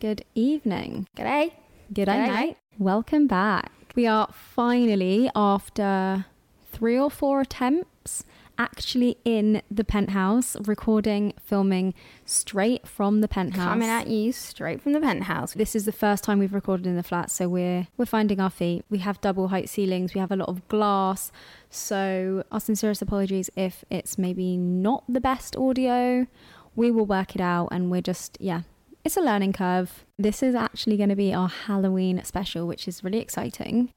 good evening. G'day. Good G'day, night. mate. Welcome back. We are finally, after three or four attempts, actually in the penthouse, recording, filming straight from the penthouse. Coming at you straight from the penthouse. This is the first time we've recorded in the flat, so we're we're finding our feet. We have double height ceilings, we have a lot of glass. So our sincerest apologies if it's maybe not the best audio. We will work it out and we're just yeah. It's a learning curve. This is actually going to be our Halloween special, which is really exciting.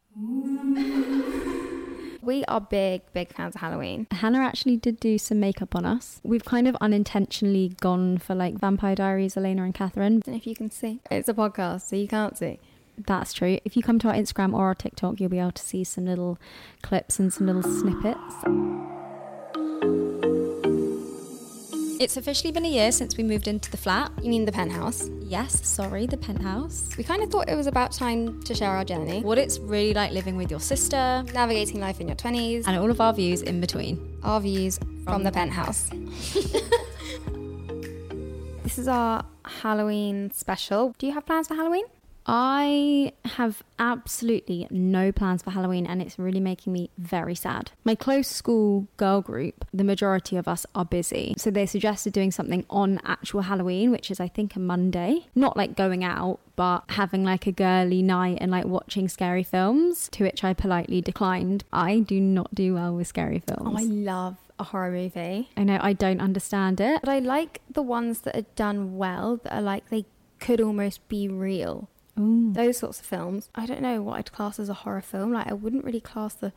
We are big, big fans of Halloween. Hannah actually did do some makeup on us. We've kind of unintentionally gone for like Vampire Diaries, Elena and Catherine. And if you can see, it's a podcast, so you can't see. That's true. If you come to our Instagram or our TikTok, you'll be able to see some little clips and some little snippets. It's officially been a year since we moved into the flat. You mean the penthouse? Yes, sorry, the penthouse. We kind of thought it was about time to share our journey, What it's really like living with your sister, navigating life in your 20s, and all of our views in between. our views from, the penthouse. this is our Halloween special. Do you have plans for Halloween? I have absolutely no plans for Halloween, and it's really making me very sad. My close school girl group, the majority of us are busy. So they suggested doing something on actual Halloween, which is, I think, a Monday. Not like going out, but having like a girly night and like watching scary films, to which I politely declined. I do not do well with scary films. Oh, I love a horror movie. I know, I don't understand it. But I like the ones that are done well, that are like they could almost be real. Ooh. those sorts of films. I don't know what I'd class as a horror film. Like I wouldn't really class the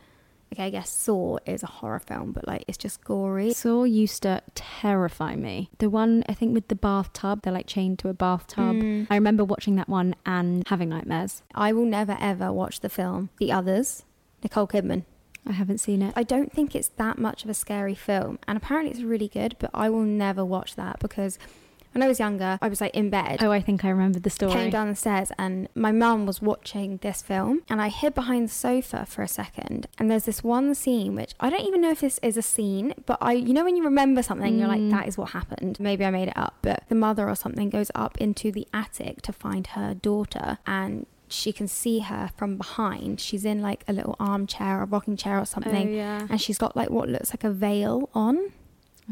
okay, I guess Saw is a horror film, but like it's just gory. Saw used to terrify me. The one I think with the bathtub, they're like chained to a bathtub. Hmm. I remember watching that one and having nightmares. I will never ever watch the film The Others, Nicole Kidman. I haven't seen it. I don't think it's that much of a scary film, and apparently it's really good, but I will never watch that because when I was younger, I was like in bed. Oh, I think I remember the story. Came down the stairs and my mum was watching this film and I hid behind the sofa for a second and there's this one scene which I don't even know if this is a scene, but I you know when you remember something you're Mm. like that is what happened. Maybe I made it up, but the mother or something goes up into the attic to find her daughter and she can see her from behind. She's in like a little armchair or rocking chair or something. Oh, yeah. And she's got like what looks like a veil on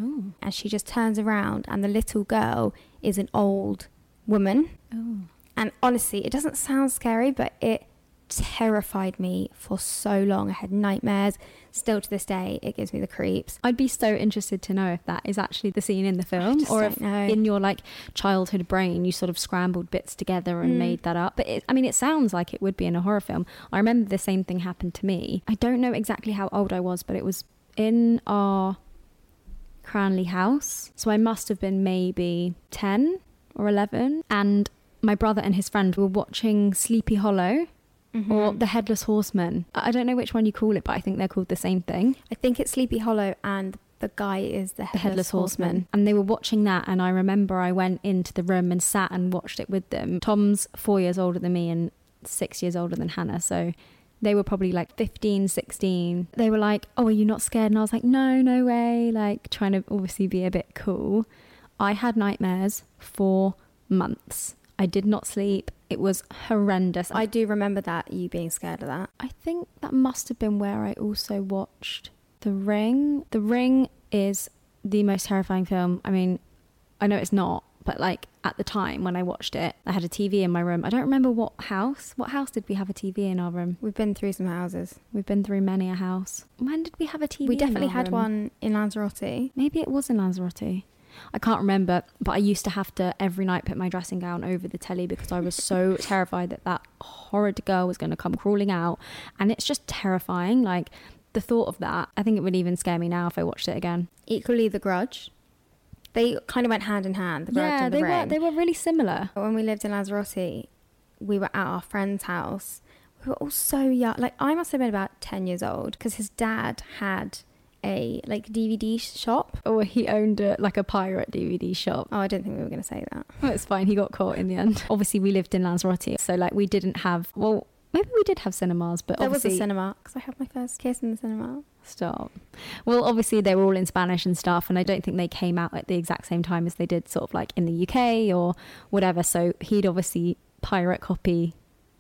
Oh. and she just turns around and the little girl is an old woman. Oh. And honestly, it doesn't sound scary, but it terrified me for so long. I had nightmares. Still to this day, it gives me the creeps. I'd be so interested to know if that is actually the scene in the film just or don't if know. in your like childhood brain you sort of scrambled bits together Mm. and made that up. But it, I mean, it sounds like it would be in a horror film. I remember the same thing happened to me. I don't know exactly how old I was, but it was in our Cranley house. So I must have been maybe 10 or 11. And my brother and his friend were watching Sleepy Hollow. Mm-hmm. Or the Headless Horseman. I I don't know which one you call it, but I think they're called the same thing I think it's Sleepy Hollow, and the guy is the the headless, headless horseman. horseman. and they were watching that and i remember i went into the room and sat and watched it with them tom's four years older than me and six years older than hannah so they were probably like 15 16 they were like oh are you not scared and i was like no no way like trying to obviously be a bit cool i had nightmares for months i did not sleep it was horrendous I do remember that you being scared of that. I think that must have been where I also watched The Ring. The Ring is the most terrifying film. I mean, I know it's not, but like at the time when I watched it, I had a TV in my room. I don't remember what house. What house did we have a TV in our room? We've been through some houses. We've been through many a house. When did we have a TV? we in definitely our had room? one in Lanzarote. Maybe it was in Lanzarote. I can't remember, but I used to have to every night put my dressing gown over the telly because I was so terrified that that horrid girl was going to come crawling out. And it's just terrifying. Like the thought of that, I think it would even scare me now if I watched it again. Equally, The Grudge. They kind of went hand in hand. The Grudge and The they Ring. were they were really similar. But when we lived in Lanzarote, we were at our friend's house. We were all so young. Like I must have been about ten years old because his dad had a like DVD shop. Or Oh, he owned a, like a pirate DVD shop. Oh, I didn't think we were going to say that. Well, it's fine. He got caught in the end. Obviously, we lived in Lanzarote, so like we didn't have. Well, Maybe we did have cinemas, but there was obviously a cinema because I had my first kiss in the cinema. Stop. Well, obviously they were all in Spanish and stuff, and I don't think they came out at the exact same time as they did, sort of like in the UK or whatever. So he'd obviously pirate copy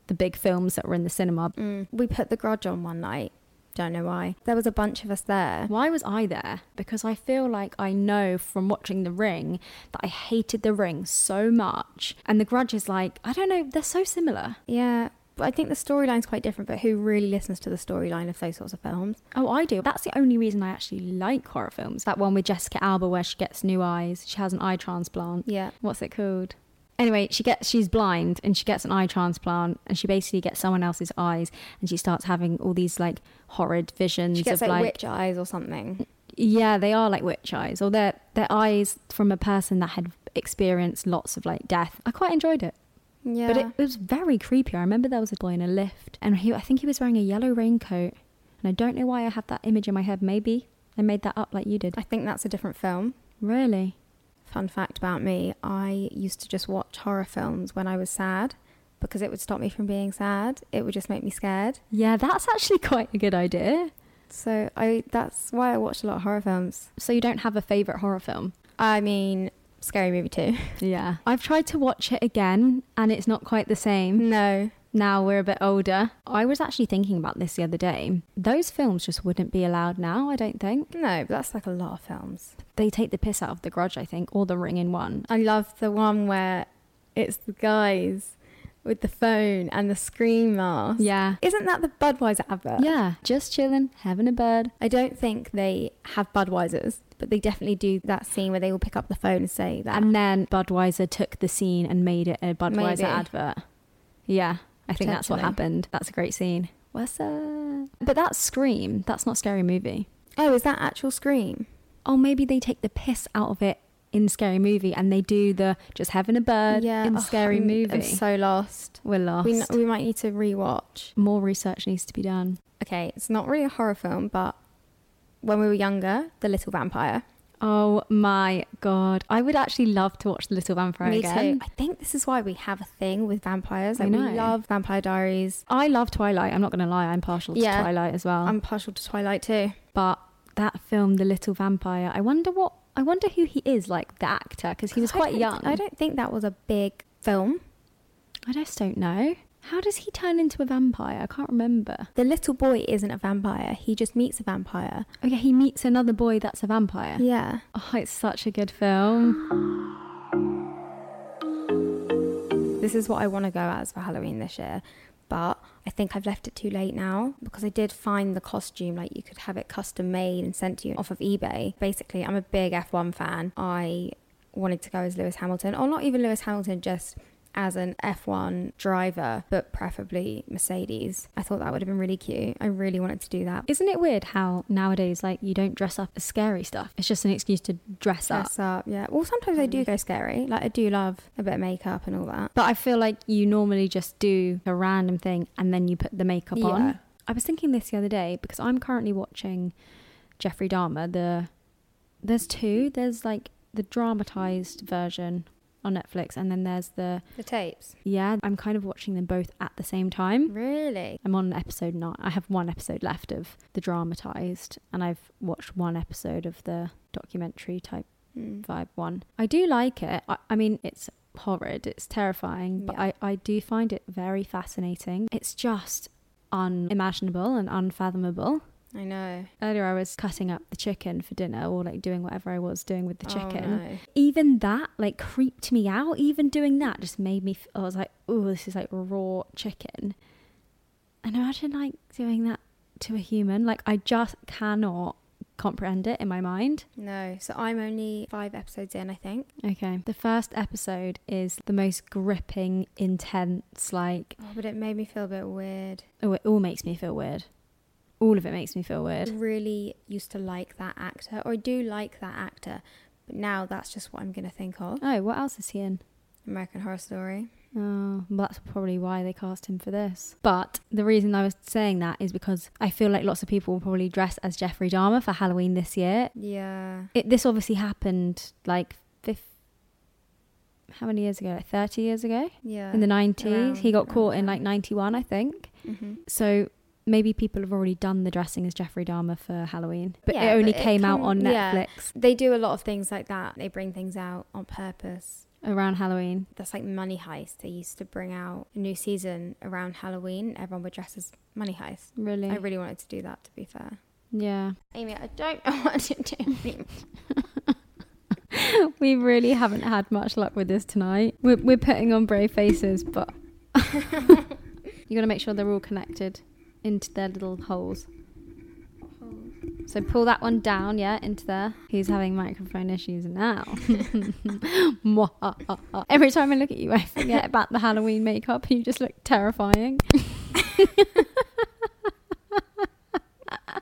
the big films that were in the cinema. Mm. We put The Grudge on one night. Don't know why. There was a bunch of us there. Why was I there? Because I feel like I know from watching The Ring that I hated The Ring so much, and The Grudge is like I don't know, they're so similar. Yeah, but I think the storyline's quite different. But who really listens to the storyline of those sorts of films? Oh, I do. That's the only reason I actually like horror films. That one with Jessica Alba where she gets new eyes, she has an eye transplant. Yeah, what's it called? Anyway, she gets she's blind and she gets an eye transplant and she basically gets someone else's eyes and she starts having all these like horrid visions she gets of like, like witch eyes or something. yeah, they are like witch eyes or they're they're eyes from a person that had experienced lots of like death. I quite enjoyed it. Yeah, But it, it was very creepy. I remember there was a boy in a lift and he I think he was wearing a yellow raincoat and I don't know why I have that image in my head. Maybe I made that up like you did. I think that's a different film. Really? Fun fact about me: I used to just watch horror films when I was sad because it would stop me from being sad. It would just make me scared. Yeah, that's actually quite a good idea. So I that's why I watched a lot of horror films. So you don't have a favorite horror film? I mean, Scary Movie too. Yeah. I've tried to watch it again and it's not quite the same. no. Now we're a bit older. I was actually thinking about this the other day. Those films just wouldn't be allowed now, I don't think. No, but that's like a lot of films. They take the piss out of The Grudge, I think, or The Ring in One. I love the one where it's the guys with the phone and the screen mask. Yeah. Isn't that the Budweiser advert? Yeah. Just chilling, having a bird. I don't think they have Budweisers, but they definitely do that scene where they all pick up the phone and say that. And then Budweiser took the scene and made it a Budweiser Maybe. advert. Yeah. I think that's what Potentially. happened. That's a great scene. What's up? But that's Scream. That's not Scary Movie. oh, is that actual Scream? oh, maybe they take the piss out of it in Scary Movie and they do the just having a bird in oh, Scary I'm- Movie. I'm so lost. We're lost. We, we might need to rewatch. More research needs to be done. Okay, it's not really a horror film, but when we were younger, The Little Vampire. Oh my god. I would actually love to watch The Little Vampire Me again. too. I think this is why we have a thing with vampires. I Like, know. We love Vampire Diaries. I love Twilight. I'm not going to lie. I'm partial to Yeah. Twilight as well. I'm partial to Twilight too. but that film The Little Vampire, I wonder what I wonder who he is like the actor because he was I quite don't- young. I don't think that was a big film. I just don't know. How does he turn into a vampire? I can't remember. The little boy isn't a vampire. He just meets a vampire. Oh yeah, he meets another boy that's a vampire. Yeah. Oh, it's such a good film. This is what I want to go as for Halloween this year. But I think I've left it too late now because I did find the costume. Like you could have it custom made and sent to you off of eBay. Basically, I'm a big F1 fan. I wanted to go as Lewis Hamilton, or not even Lewis Hamilton, just as an F1 driver, but preferably Mercedes. I thought that would have been really cute. I really wanted to do that. Isn't it weird how nowadays, like, you don't dress up as scary stuff? It's just an excuse to dress up. Dress up, yeah. Well, sometimes I do go scary. Like I do love a bit of makeup and all that. But I feel like you normally just do a random thing and then you put the makeup Yeah. on. I was thinking this the other day because I'm currently watching Jeffrey Dahmer. The there's two. There's like the dramatized version on Netflix, and then there's the The tapes. yeah. I'm kind of watching them both at the same time. Really? I'm on episode nine. I have one episode left of the dramatized, and I've watched one episode of the documentary type Mm. vibe one. I do like it. I, I mean, it's horrid, it's terrifying, but Yeah. I, I do find it very fascinating. It's just unimaginable and unfathomable. I know. Earlier, I was cutting up the chicken for dinner or like doing whatever I was doing with the Oh, chicken. no. Even that like creeped me out. Even doing that just made me, f- I was like, oh, this is like raw chicken. And imagine like doing that to a human. Like, I just cannot comprehend it in my mind. No, so I'm only five episodes in, I think. Okay. The first episode is the most gripping, intense, like, Oh, but it made me feel a bit weird. oh, it all makes me feel weird. All of it makes me feel I weird. really used to like that actor, or I do like that actor, but now that's just what I'm going to think of. Oh, what else is he in? American Horror Story. Oh, well, that's probably why they cast him for this. But the reason I was saying that is because I feel like lots of people will probably dress as Jeffrey Dahmer for Halloween this year. Yeah. It, this obviously happened like fifth, how many years ago? Like 30 years ago? Yeah. In the 90s. around- he got Uh, around caught in that. like 91, I think. Mm-hmm. So maybe people have already done the dressing as Jeffrey Dahmer for Halloween, but Yeah, it only but it came out come- on yeah. Netflix They do a lot of things like that. They bring things out on purpose. around Halloween. That's like Money Heist. They used to bring out a new season around Halloween. Everyone would dress as Money Heist. Really? I really wanted to do that, to be fair. yeah. Amy, I don't know what to do. anymore. We really haven't had much luck with this tonight. We're, we're putting on brave faces, but you got to make sure they're all connected into their little holes. So pull that one down, yeah, into there. He's having microphone issues now. Mwah. uh, Every time I look at you, I forget about the Halloween makeup, and you just look terrifying.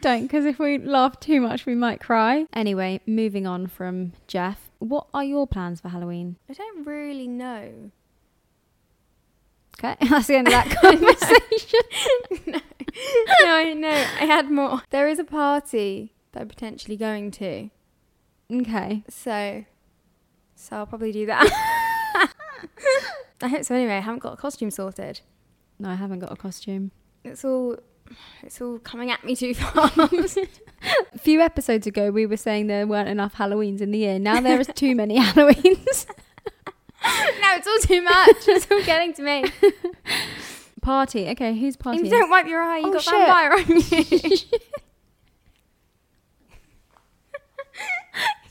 Don't, because if we laugh too much, we might cry. Anyway, moving on from Jeff, what are your plans for Halloween? I don't really know. Okay, that's the end of that conversation. no, I know. I had more. There is a party that I'm potentially going to. okay. So, so I'll probably do that. I hope so. Anyway, I haven't got a costume sorted. No, I haven't got a costume. It's all, it's all coming at me too fast. A few episodes ago, we were saying there weren't enough Halloweens in the year. Now there is too many Halloweens. no, it's all too much. It's all getting to me. Party. Okay, who's If party? you don't wipe your eye, you Oh, got shit. vampire on you.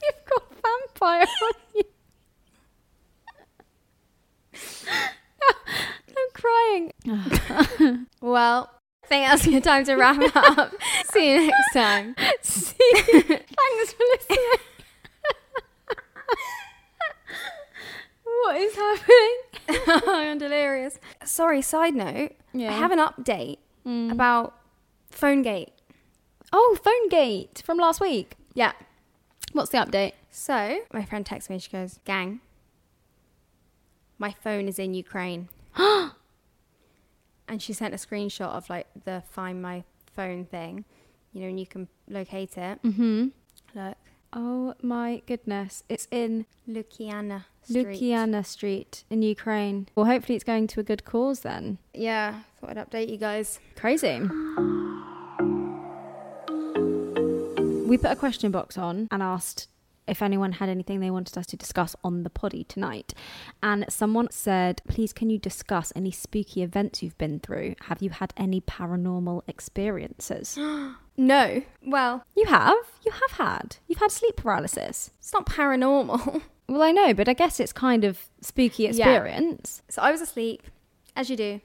You've got vampire on you. I'm crying. well, I think that's a good time to wrap it up. See you next time. See, thanks for listening. what is happening? I'm Oh, delirious. Sorry. Side note. Yeah. Hmm. I have an update about PhoneGate. Oh, phone gate from last week. Yeah. What's the update? So my friend texts me and she goes, Gang, my phone is in Ukraine. and she sent a screenshot of like the find my phone thing, you know, and you can locate it. Mm-hmm. Look, Oh my goodness. It's in Lukiana Street. Lukiana Street in Ukraine. Well, hopefully it's going to a good cause then. Yeah, thought I'd update you guys. Crazy. We put a question box on and asked if anyone had anything they wanted us to discuss on the poddy tonight. And someone said, please can you discuss any spooky events you've been through? Have you had any paranormal experiences? No, well, you have. You have had. You've had sleep paralysis. it's not paranormal. Well, I know, but I guess it's kind of spooky experience. So I was asleep, as you do,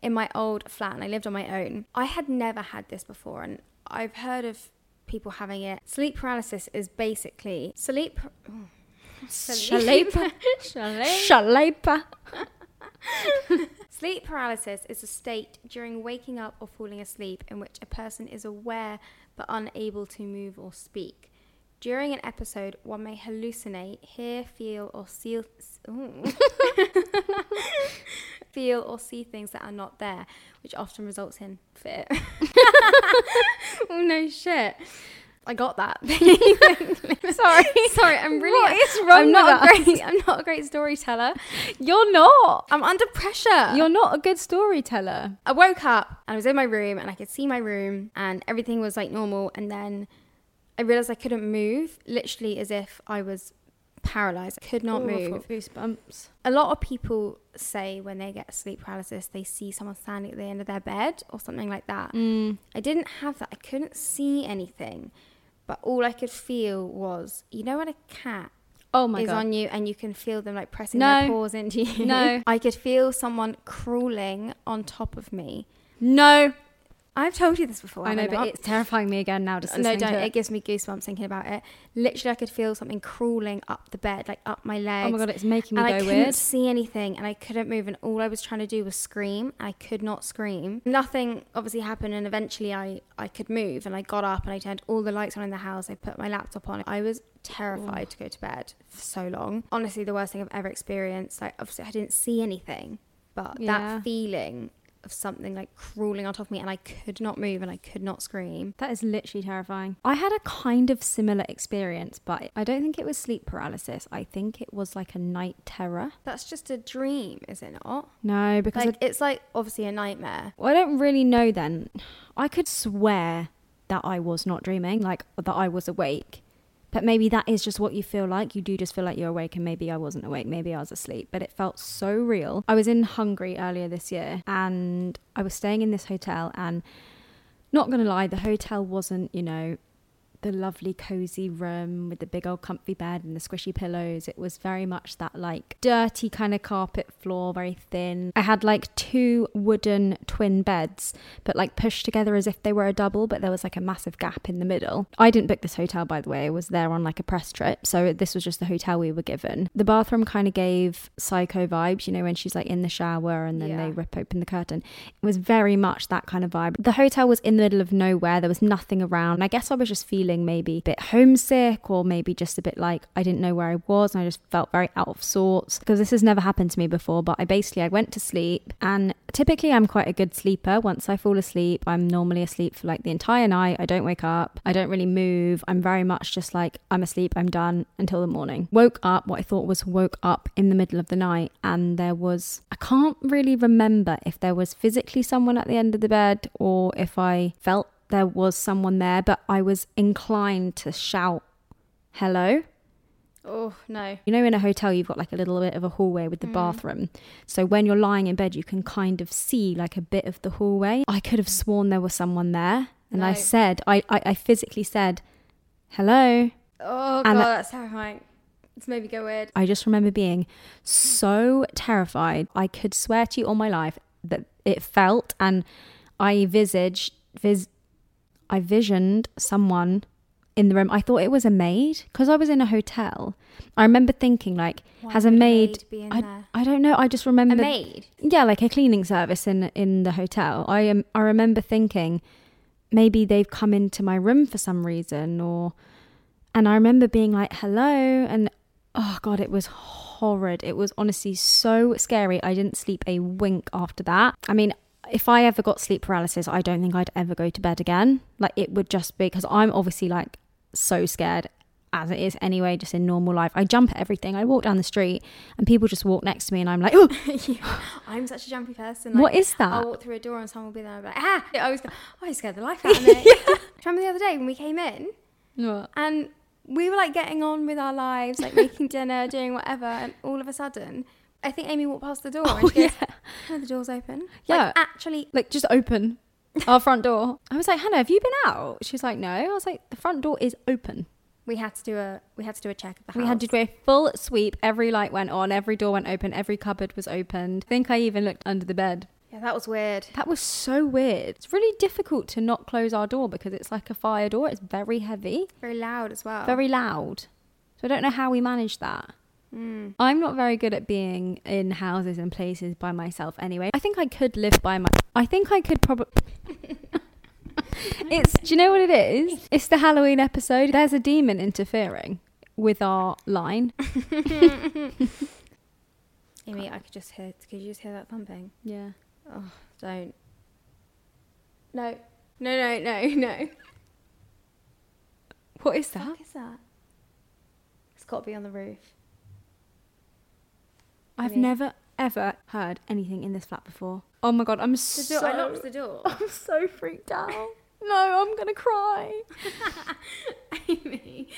in my old flat and I lived on my own. I had never had this before and I've heard of people having it. Sleep paralysis is basically sleep. oh. Shalepa. Shalepa. Sleep paralysis is a state during waking up or falling asleep in which a person is aware but unable to move or speak. During an episode, one may hallucinate, hear, feel, or see, ooh. feel or see things that are not there, which often results in fear. oh no, shit! I got that. Sorry. Sorry, I'm really. What is wrong I'm not with a great. I'm not a great storyteller. You're not. I'm under pressure. You're not a good storyteller. I woke up and I was in my room and I could see my room and everything was like normal. And then I realized I couldn't move, literally as if I was paralyzed. I could not move. Goosebumps. A lot of people say when they get sleep paralysis, they see someone standing at the end of their bed or something like that. Mm. I didn't have that. I couldn't see anything, but all I could feel was you know, when a cat Oh my is god. on you and you can feel them like pressing No. their paws into you. No. I could feel someone crawling on top of me. no. I've told you this before. I know, have but not? it's terrifying me again now. Just no, listening don't. To It. it. gives me goosebumps thinking about it. Literally, I could feel something crawling up the bed, like up my legs. oh my god, it's making And me I go couldn't weird. see anything, and I couldn't move, and all I was trying to do was scream. I could not scream. Nothing obviously happened, and eventually I I could move, and I got up, and I turned all the lights on in the house. I put my laptop on. I was terrified to go to bed for so long. Honestly, the worst thing I've ever experienced. Like obviously, I didn't see anything, but Yeah. that feeling of something like crawling on top of me and I could not move and I could not scream. That is literally terrifying. I had a kind of similar experience, but I don't think it was sleep paralysis. I think it was like a night terror. That's just a dream, is it not? No, because Like I, it's like obviously a nightmare. well, I don't really know then. I could swear that I was not dreaming, like that I was awake. But maybe that is just what you feel like. You do just feel like you're awake, and maybe I wasn't awake. Maybe I was asleep, but it felt so real. I was in Hungary earlier this year, and I was staying in this hotel. And not gonna lie, the hotel wasn't, you know, the lovely cozy room with the big old comfy bed and the squishy pillows. It was very much that like dirty kind of carpet floor, very thin. I had like two wooden twin beds, but like pushed together as if they were a double, but there was like a massive gap in the middle. I didn't book this hotel by the way. I was there on like a press trip, so this was just the hotel we were given. The bathroom kind of gave psycho vibes, you know, when she's like in the shower and then Yeah. they rip open the curtain. It was very much that kind of vibe. The hotel was in the middle of nowhere. There was nothing around. I guess I was just feeling maybe a bit homesick or maybe just a bit like I didn't know where I was and I just felt very out of sorts because this has never happened to me before. But I basically I went to sleep and typically I'm quite a good sleeper. Once I fall asleep, I'm normally asleep for like the entire night. I don't wake up. I don't really move. I'm very much just like I'm asleep. I'm done until the morning. Woke up. What I thought was woke up in the middle of the night and there was I can't really remember if there was physically someone at the end of the bed or if I felt there was someone there, but I was inclined to shout hello. Oh no. You know, in a hotel, you've got like a little bit of a hallway with the bathroom. So when you're lying in bed, you can kind of see like a bit of the hallway. I could have sworn there was someone there. And I No. said, I, I, I physically said, hello. Oh god, And- that's terrifying. It's made me go weird. I just remember being so terrified. I could swear to you all my life that it felt and I visaged, vis, I visioned someone in the room. I thought it was a maid because I was in a hotel. I remember thinking, like, has a would maid. be in I, there? I don't know. I just remember A maid. yeah, like a cleaning service in in the hotel. I am. I remember thinking maybe they've come into my room for some reason, or and I remember being like, "Hello," and oh god, it was horrid. It was honestly so scary. I didn't sleep a wink after that. I mean. If I ever got sleep paralysis, I don't think I'd ever go to bed again. Like it would just be because I'm obviously like so scared as it is anyway, just in normal life. I jump at everything. I walk down the street and people just walk next to me and I'm like, oh, I'm such a jumpy person. what Like, oh, is that? I'll walk through a door and someone will be there and I'll be like, ah! I always go, oh, I scared the life out of me. Do you remember the other day when we came in and we were like getting on with our lives, like making dinner, doing whatever, and all of a sudden, I think Amy walked past the door and she goes, "Oh, the door's open. Yeah. Like, actually, Like just open our front door. I was like, Hannah, have you been out? She was like, No. I was like, the front door is open. we had to do a we had to do a check of the house. We had to do a full sweep. Every light went on, every door went open, every cupboard was opened. I think I even looked under the bed. Yeah, that was weird. That was so weird. It's really difficult to not close our door because it's like a fire door. It's very heavy, Very loud as well. very loud. Hmm. So I don't know how we managed that. Mm. I'm not very good at being in houses and places by myself anyway. I think I could live by my I think I could probably It's do you know what it is? It's the Halloween episode. There's a demon interfering with our line. Amy, I could just hear. Could you just hear that thumping? Yeah. Oh, don't. No, no, no, no, no. What is What that? is that? It's got to be on the roof. I've Yeah. never ever heard anything in this flat before. Oh my god, I'm The so door. I locked the door. I'm so freaked out. No, I'm gonna cry. Amy.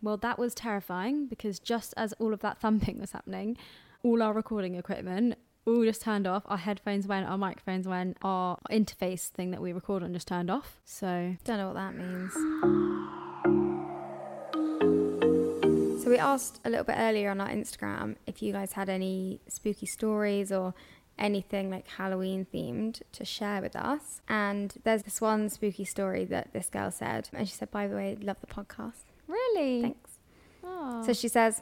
Well, that was terrifying because just as all of that thumping was happening, all our recording equipment all just turned off. Our headphones went, our microphones went, our interface thing that we record on just turned off. So, Don't know what that means. So we asked a little bit earlier on our Instagram if you guys had any spooky stories or anything like Halloween themed to share with us. And there's this one spooky story that this girl said, and she said, "By the way, love the podcast. really? Thanks." Oh. So she says,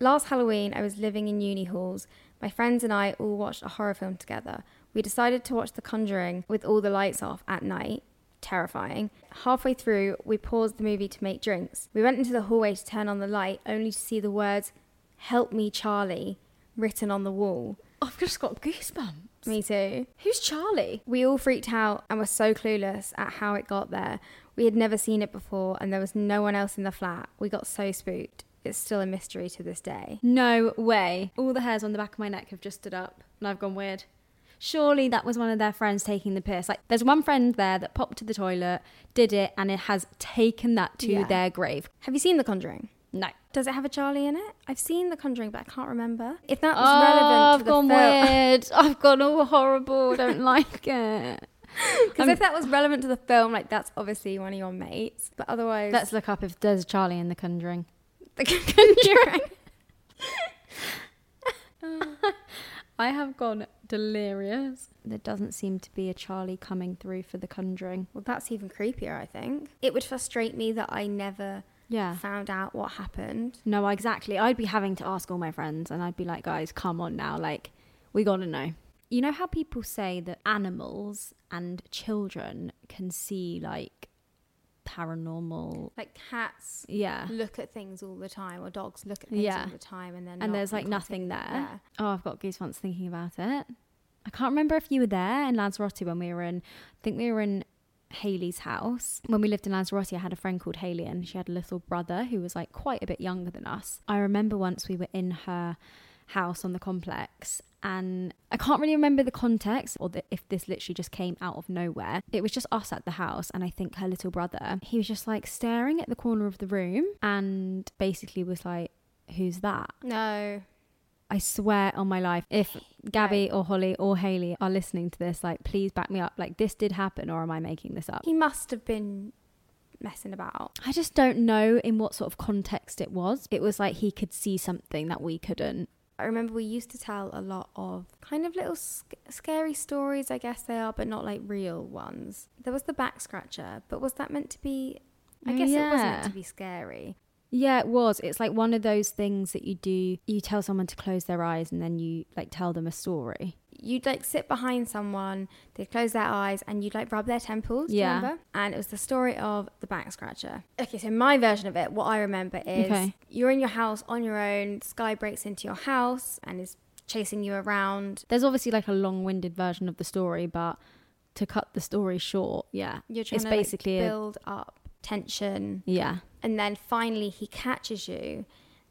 Last Halloween, I was living in uni halls. My friends and I all watched a horror film together. We decided to watch The Conjuring with all the lights off at night. Terrifying. Halfway through, we paused the movie to make drinks. We went into the hallway to turn on the light, only to see the words, Help me, Charlie, written on the wall. I've just got goosebumps. Pops. Me too. Who's Charlie? We all freaked out and were so clueless at how it got there. We had never seen it before and there was no one else in the flat. We got so spooked. It's still a mystery to this day. No way. All the hairs on the back of my neck have just stood up and I've gone weird. Surely that was one of their friends taking the piss. Like, there's one friend there that popped to the toilet, did it, and it has taken that to Yeah. their grave. Have you seen The Conjuring? No. Does it have a Charlie in it? I've seen The Conjuring, but I can't remember. If that was Oh, relevant I've to the gone film, weird. I've gone all horrible. I don't like it. because if that was relevant to the film, like that's obviously one of your mates. But otherwise, Let's look up if there's Charlie in The Conjuring. The Conjuring. I have gone delirious. There doesn't seem to be a Charlie coming through for The Conjuring. well, that's even creepier. I think it would frustrate me that I never Yeah. found out what happened. No, exactly. I'd be having to ask all my friends, and I'd be like, guys, come on now. Like, we gotta know. You know how people say that animals and children can see, like, paranormal. Like cats Yeah. look at things all the time, or dogs look at things Yeah. all the time, and then And there's, like, nothing there. Oh, I've got goosebumps thinking about it. I can't remember if you were there in Lanzarote when we were in, I think we were in Haley's house. When we lived in Lanzarote, I had a friend called Haley and she had a little brother who was like quite a bit younger than us. I remember once we were in her house on the complex and I can't really remember the context or the, if this literally just came out of nowhere. It was just us at the house and I think her little brother, he was just like staring at the corner of the room and basically was like, who's that? No, I swear on my life, if Gabby or Holly or Haley are listening to this, like, please back me up. Like, this did happen, or am I making this up? he must have been messing about. I just don't know in what sort of context it was. It was like he could see something that we couldn't. I remember we used to tell a lot of kind of little sc- scary stories, I guess they are, but not like real ones. There was the back scratcher, but was that meant to be? I Oh, guess it was meant yeah. to be scary. Yeah, it was. It's like one of those things that you do. You tell someone to close their eyes and then you like tell them a story. You'd like sit behind someone, they'd close their eyes, and you'd like rub their temples. do you Yeah. remember? And it was the story of the back scratcher. Okay, so my version of it, what I remember is Okay. you're in your house on your own, this guy breaks into your house and is chasing you around. There's obviously like a long winded version of the story, but to cut the story short, yeah. You're trying It's to like, basically a- build up tension. Yeah. And then finally he catches you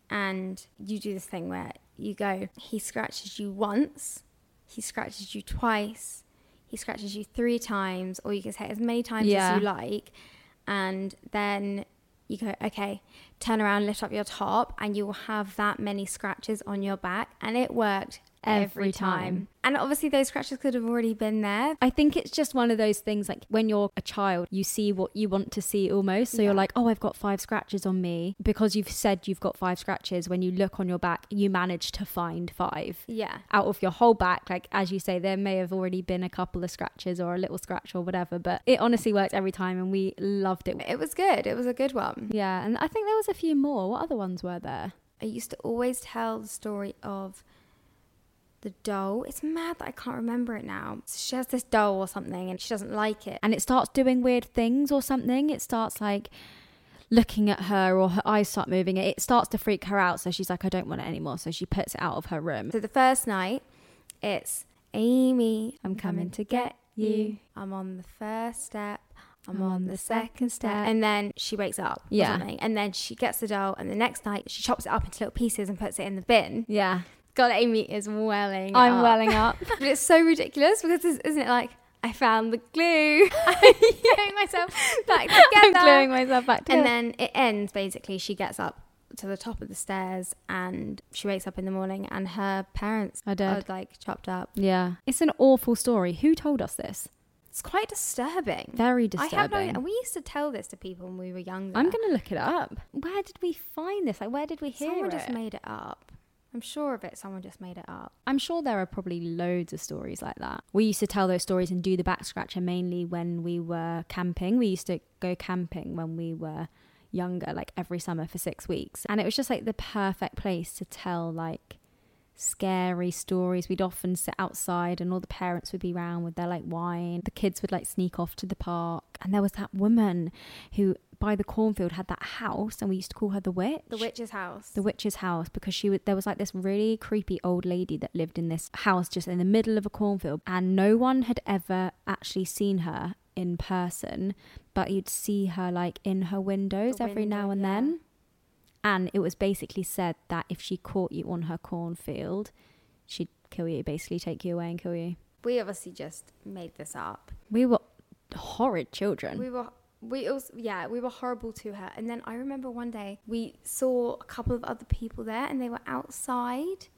and you do this thing where you go, he scratches you once, he scratches you twice, he scratches you three times, or you can say it as many times Yeah. as you like. And then you go, okay, turn around, lift up your top, and you will have that many scratches on your back. And it worked every, Every time. time. And obviously those scratches could have already been there. I think it's just one of those things like when you're a child, you see what you want to see almost. So you're Yeah. like, oh, I've got five scratches on me. Because you've said you've got five scratches, when you look on your back, you manage to find five Yeah. out of your whole back. Like, as you say, there may have already been a couple of scratches or a little scratch or whatever, but it honestly worked every time and we loved it. It was good. It was a good one. Yeah. And I think there was a few more. What other ones were there? I used to always tell the story of the doll. It's mad that I can't remember it now. So she has this doll or something and she doesn't like it. And it starts doing weird things or something. It starts like looking at her or her eyes start moving. It starts to freak her out. So she's like, I don't want it anymore. So she puts it out of her room. So the first night, it's Amy, I'm coming to get you. I'm on the first step. I'm on the second step. And then she wakes up. or Yeah. something. And then she gets the doll. And the next night, she chops it up into little pieces and puts it in the bin. Yeah. God, Amy is welling. I'm up. welling up. but it's so ridiculous because this, isn't it like I found the glue, I'm gluing myself back I'm together, gluing myself back together. and then it ends basically. She gets up to the top of the stairs and she wakes up in the morning, and her parents Are dead. are like chopped up. yeah. It's an awful story. Who told us this? It's quite disturbing. Very I have no. disturbing. idea. We used to tell this to people when we were younger. I'm going to look it up. Where did we find this? Like, where did we hear Someone it? just made it up. I'm sure of it. Someone just made it up. I'm sure there are probably loads of stories like that. We used to tell those stories and do the back scratcher mainly when we were camping. We used to go camping when we were younger, like every summer for six weeks. And it was just like the perfect place to tell like scary stories. We'd often sit outside and all the parents would be round with their like wine. The kids would like sneak off to the park. And there was that woman who by the cornfield had that house and we used to call her the witch. The witch's house. The witch's house because she would, there was like this really creepy old lady that lived in this house just in the middle of a cornfield and no one had ever actually seen her in person but you'd see her like in her windows The every now window, and yeah. then and it was basically said that if she caught you on her cornfield she'd kill you basically take you away and kill you we obviously just made this up. we were horrid children We were we also yeah, we were horrible to her. And then I remember one day we saw a couple of other people there and they were outside.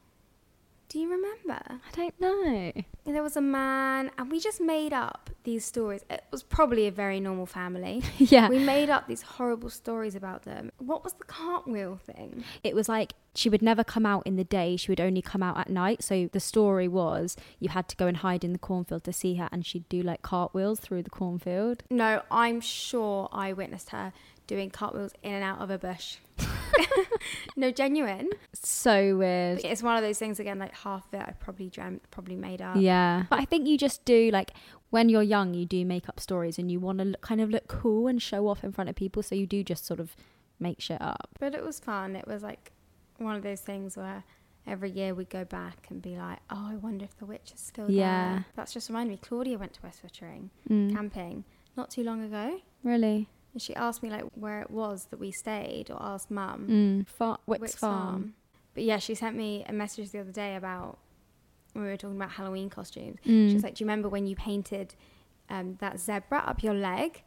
Do you remember? i don't know There was a man and we just made up these stories. It was probably a very normal family. yeah We made up these horrible stories about them. What was the cartwheel thing? it was like she would never come out in the day she would only come out at night so the story was you had to go and hide in the cornfield to see her and she'd do like cartwheels through the cornfield No, I'm sure I witnessed her doing cartwheels in and out of a bush. no, genuine. so weird It's one of those things again. Like half of it, I probably dreamt, probably made up. yeah but i think you just do like when you're young you do make up stories and you want to look, kind of look cool and show off in front of people so you do just sort of make shit up But it was fun. It was like one of those things where every year we go back and be like, oh, I wonder if the witch is still Yeah. there. That's just reminded me. Claudia went to West Wittering Mm, camping not too long ago. really And she asked me like where it was that we stayed or asked mum. mm. Far- Wick's Wick's farm, But yeah, she sent me a message the other day about when we were talking about Halloween costumes. Mm. She was like, Do you remember when you painted um, that zebra up your leg?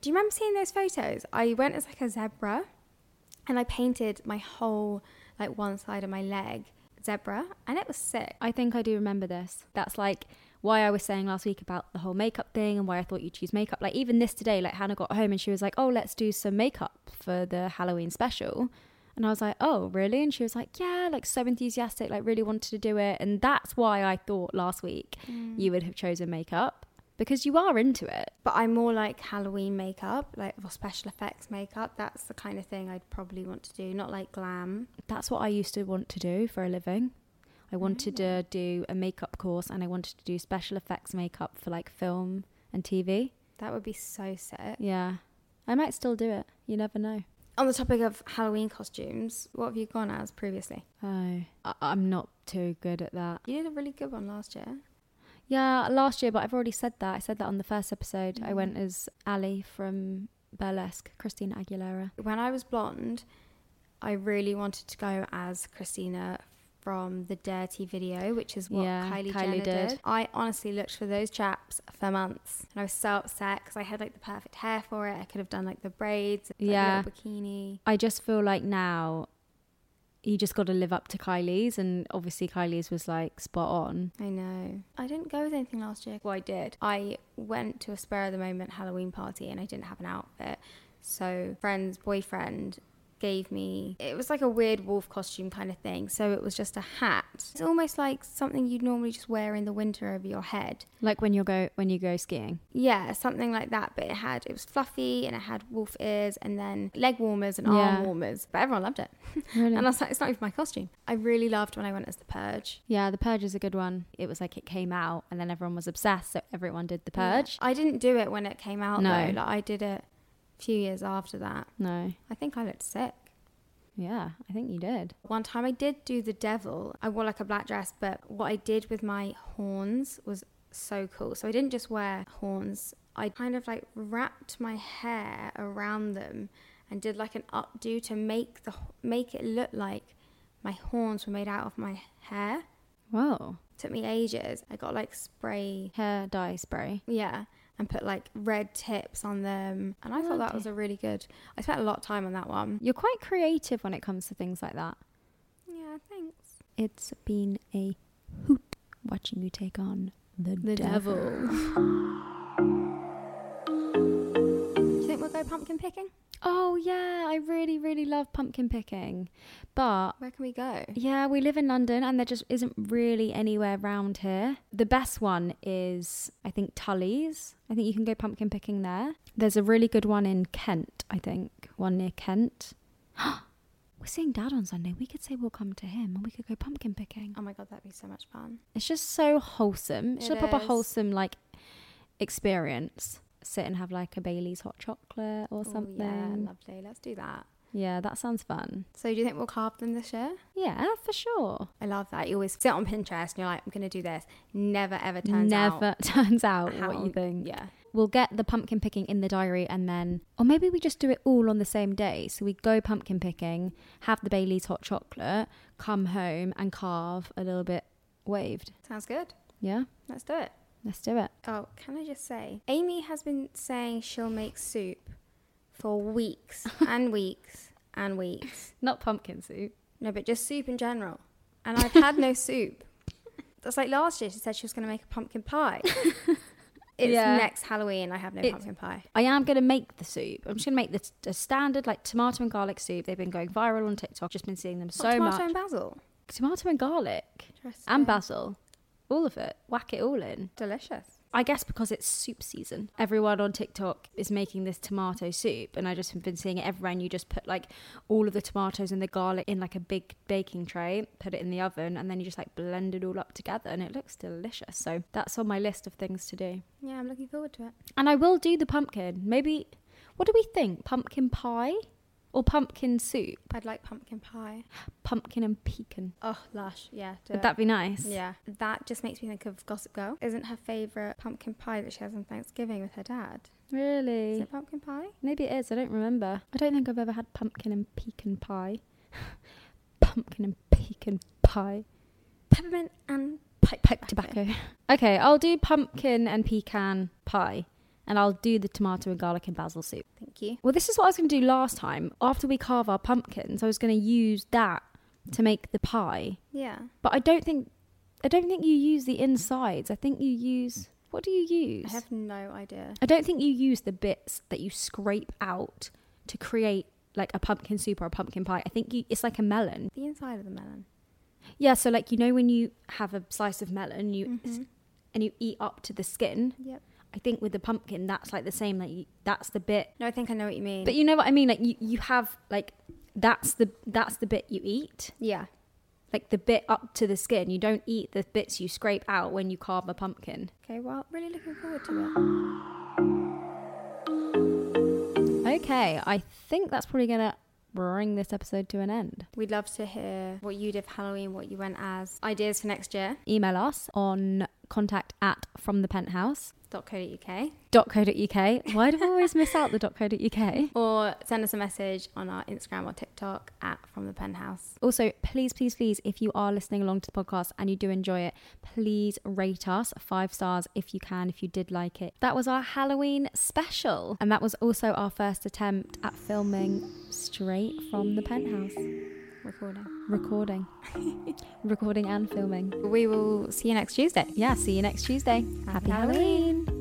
Do you remember seeing those photos? I went as like a zebra and I painted my whole, like one side of my leg zebra and it was sick. I think I do remember this. That's like why I was saying last week about the whole makeup thing and why I thought you'd choose makeup. Like even this today, like Hannah got home and she was like, "Oh, let's do some makeup for the Halloween special." And I was like, "Oh, really?" And she was like, "Yeah, like so enthusiastic, like really wanted to do it." And that's why I thought last week you would have chosen makeup because you are into it. But I'm more like Halloween makeup, like or special effects makeup. That's the kind of thing I'd probably want to do, not like glam. That's what I used to want to do for a living. I wanted to do a makeup course and I wanted to do special effects makeup for like film and TV. That would be so sick. Yeah. I might still do it. You never know. On the topic of Halloween costumes, what have you gone as previously? Oh, I- I'm not too good at that. You did a really good one last year. Yeah, last year, but I've already said that. I said that on the first episode. I went as Ali from Burlesque, Christina Aguilera. When I was blonde, I really wanted to go as Christina from the Dirty video, which is what Yeah, Kylie, Kylie Jenner did. did. I honestly looked for those chaps for months, and I was so upset because I had like the perfect hair for it. I could have done like the braids, like, yeah, Yeah. bikini. I just feel like now you just got to live up to Kylie's, and obviously Kylie's was like spot on. I know. I didn't go with anything last year. Well, I did. I went to a spur of the moment Halloween party and I didn't have an outfit. So, friend's boyfriend gave me, it was like a weird wolf costume kind of thing. So, it was just a hat. It's almost like something you'd normally just wear in the winter over your head. Like when you go when you go skiing. Yeah, something like that. But it had, it was fluffy and it had wolf ears and then leg warmers and Yeah. arm warmers. But everyone loved it. Really? And I was like, it's not even my costume. I really loved when I went as the Purge. yeah, the purge is a good one. It was like it came out, and then everyone was obsessed, so everyone did the purge. Yeah. I didn't do it when it came out No. though. Like I did it a few years after that. No, I think I looked sick. yeah, I think you did. One time I did do the devil. I wore like a black dress, but what I did with my horns was so cool. So I didn't just wear horns. I kind of like wrapped my hair around them and did like an updo to make the make it look like my horns were made out of my hair. Whoa, Took me ages. I got like spray hair dye spray. Yeah. And put like red tips on them. And I thought that was a really good. I spent a lot of time on that one. You're quite creative when it comes to things like that. Yeah, thanks. It's been a hoot watching you take on the, The devil. devil. Do you think we'll go pumpkin picking? Oh, yeah, I really, really love pumpkin picking. But Where can we go? yeah, we live in London and there just isn't really anywhere round here. The best one is, I think, Tully's. I think you can go pumpkin picking there. There's a really good one in Kent, I think, one near Kent. we're seeing dad on Sunday. We could say we'll come to him and we could go pumpkin picking. Oh my god, that'd be so much fun. It's just so wholesome. It's It a proper is. wholesome like experience. Sit and have like a Bailey's hot chocolate or Ooh, something. Oh, yeah, yeah, lovely. Let's do that. that sounds fun. So do you think we'll carve them this year? Yeah, for sure. I love that. You always sit on Pinterest and you're like, I'm gonna do this. Never ever turns out. Never turns out what how- you think. Yeah. We'll get the pumpkin picking in the diary and then, or maybe we just do it all on the same day. So we go pumpkin picking, have the Bailey's hot chocolate, come home and carve a little bit waved. Sounds good. Yeah, Let's do it. let's do it. Oh, can I just say, Amy has been saying she'll make soup for weeks and weeks and weeks. Not pumpkin soup. No, but just soup in general. And I've had no soup. That's like last year. She said she was going to make a pumpkin pie. it's Yeah. next Halloween. I have no It's- pumpkin pie. I am going to make the soup. I'm just going to make the t- a standard like tomato and garlic soup. They've been going viral on TikTok. Just been seeing them so What, tomato much. and basil. tomato and garlic Interesting. and basil. All of it. Whack it all in. Delicious. I guess because it's soup season, everyone on TikTok is making this tomato soup, and I just have been seeing it everywhere. And you just put like all of the tomatoes and the garlic in like a big baking tray, put it in the oven, and then you just like blend it all up together, and it looks delicious. So that's on my list of things to do. Yeah, I'm looking forward to it. And I will do the pumpkin. Maybe, what do we think? Pumpkin pie or pumpkin soup? I'd like pumpkin pie. Pumpkin and pecan. Oh, lush. Yeah. do Would it. that be nice? yeah, that just makes me think of Gossip Girl. Isn't her favourite pumpkin pie that she has on Thanksgiving with her dad? Is Really? it pumpkin pie? Maybe it is. I don't remember. I don't think I've ever had pumpkin and pecan pie. pumpkin and pecan pie. Peppermint and Pipe, pipe tobacco. okay, I'll do pumpkin and pecan pie. And I'll do the tomato and garlic and basil soup. Thank you. Well, this is what I was going to do last time. After we carve our pumpkins, I was going to use that to make the pie. Yeah. But I don't think I don't think you use the insides. I think you use what do you use? I have no idea. I don't think you use the bits that you scrape out to create like a pumpkin soup or a pumpkin pie. I think you, it's like a melon. The inside of the melon. Yeah, so like you know when you have a slice of melon, you Mhm. and you eat up to the skin. Yep. I think with the pumpkin that's like the same like you, that's the bit. No, I think I know what you mean. But you know what I mean like you, you have like that's the that's the bit you eat. yeah. Like the bit up to the skin. You don't eat the bits you scrape out when you carve a pumpkin. Okay, well, really looking forward to it. Okay, I think that's probably going to bring this episode to an end. We'd love to hear what you did for Halloween, what you went as, ideas for next year. Email us on contact at from the penthouse .co.uk .co.uk. Why do I always miss out the .co.uk? or send us a message on our Instagram or TikTok at from the penthouse. Also, please, please, please, if you are listening along to the podcast and you do enjoy it, please rate us five stars if you can, if you did like it. That was our Halloween special. And that was also our first attempt at filming straight from the penthouse. Recording. Recording. Recording and filming. We will see you next Tuesday. Yeah, see you next Tuesday. Happy, Happy Halloween. Halloween.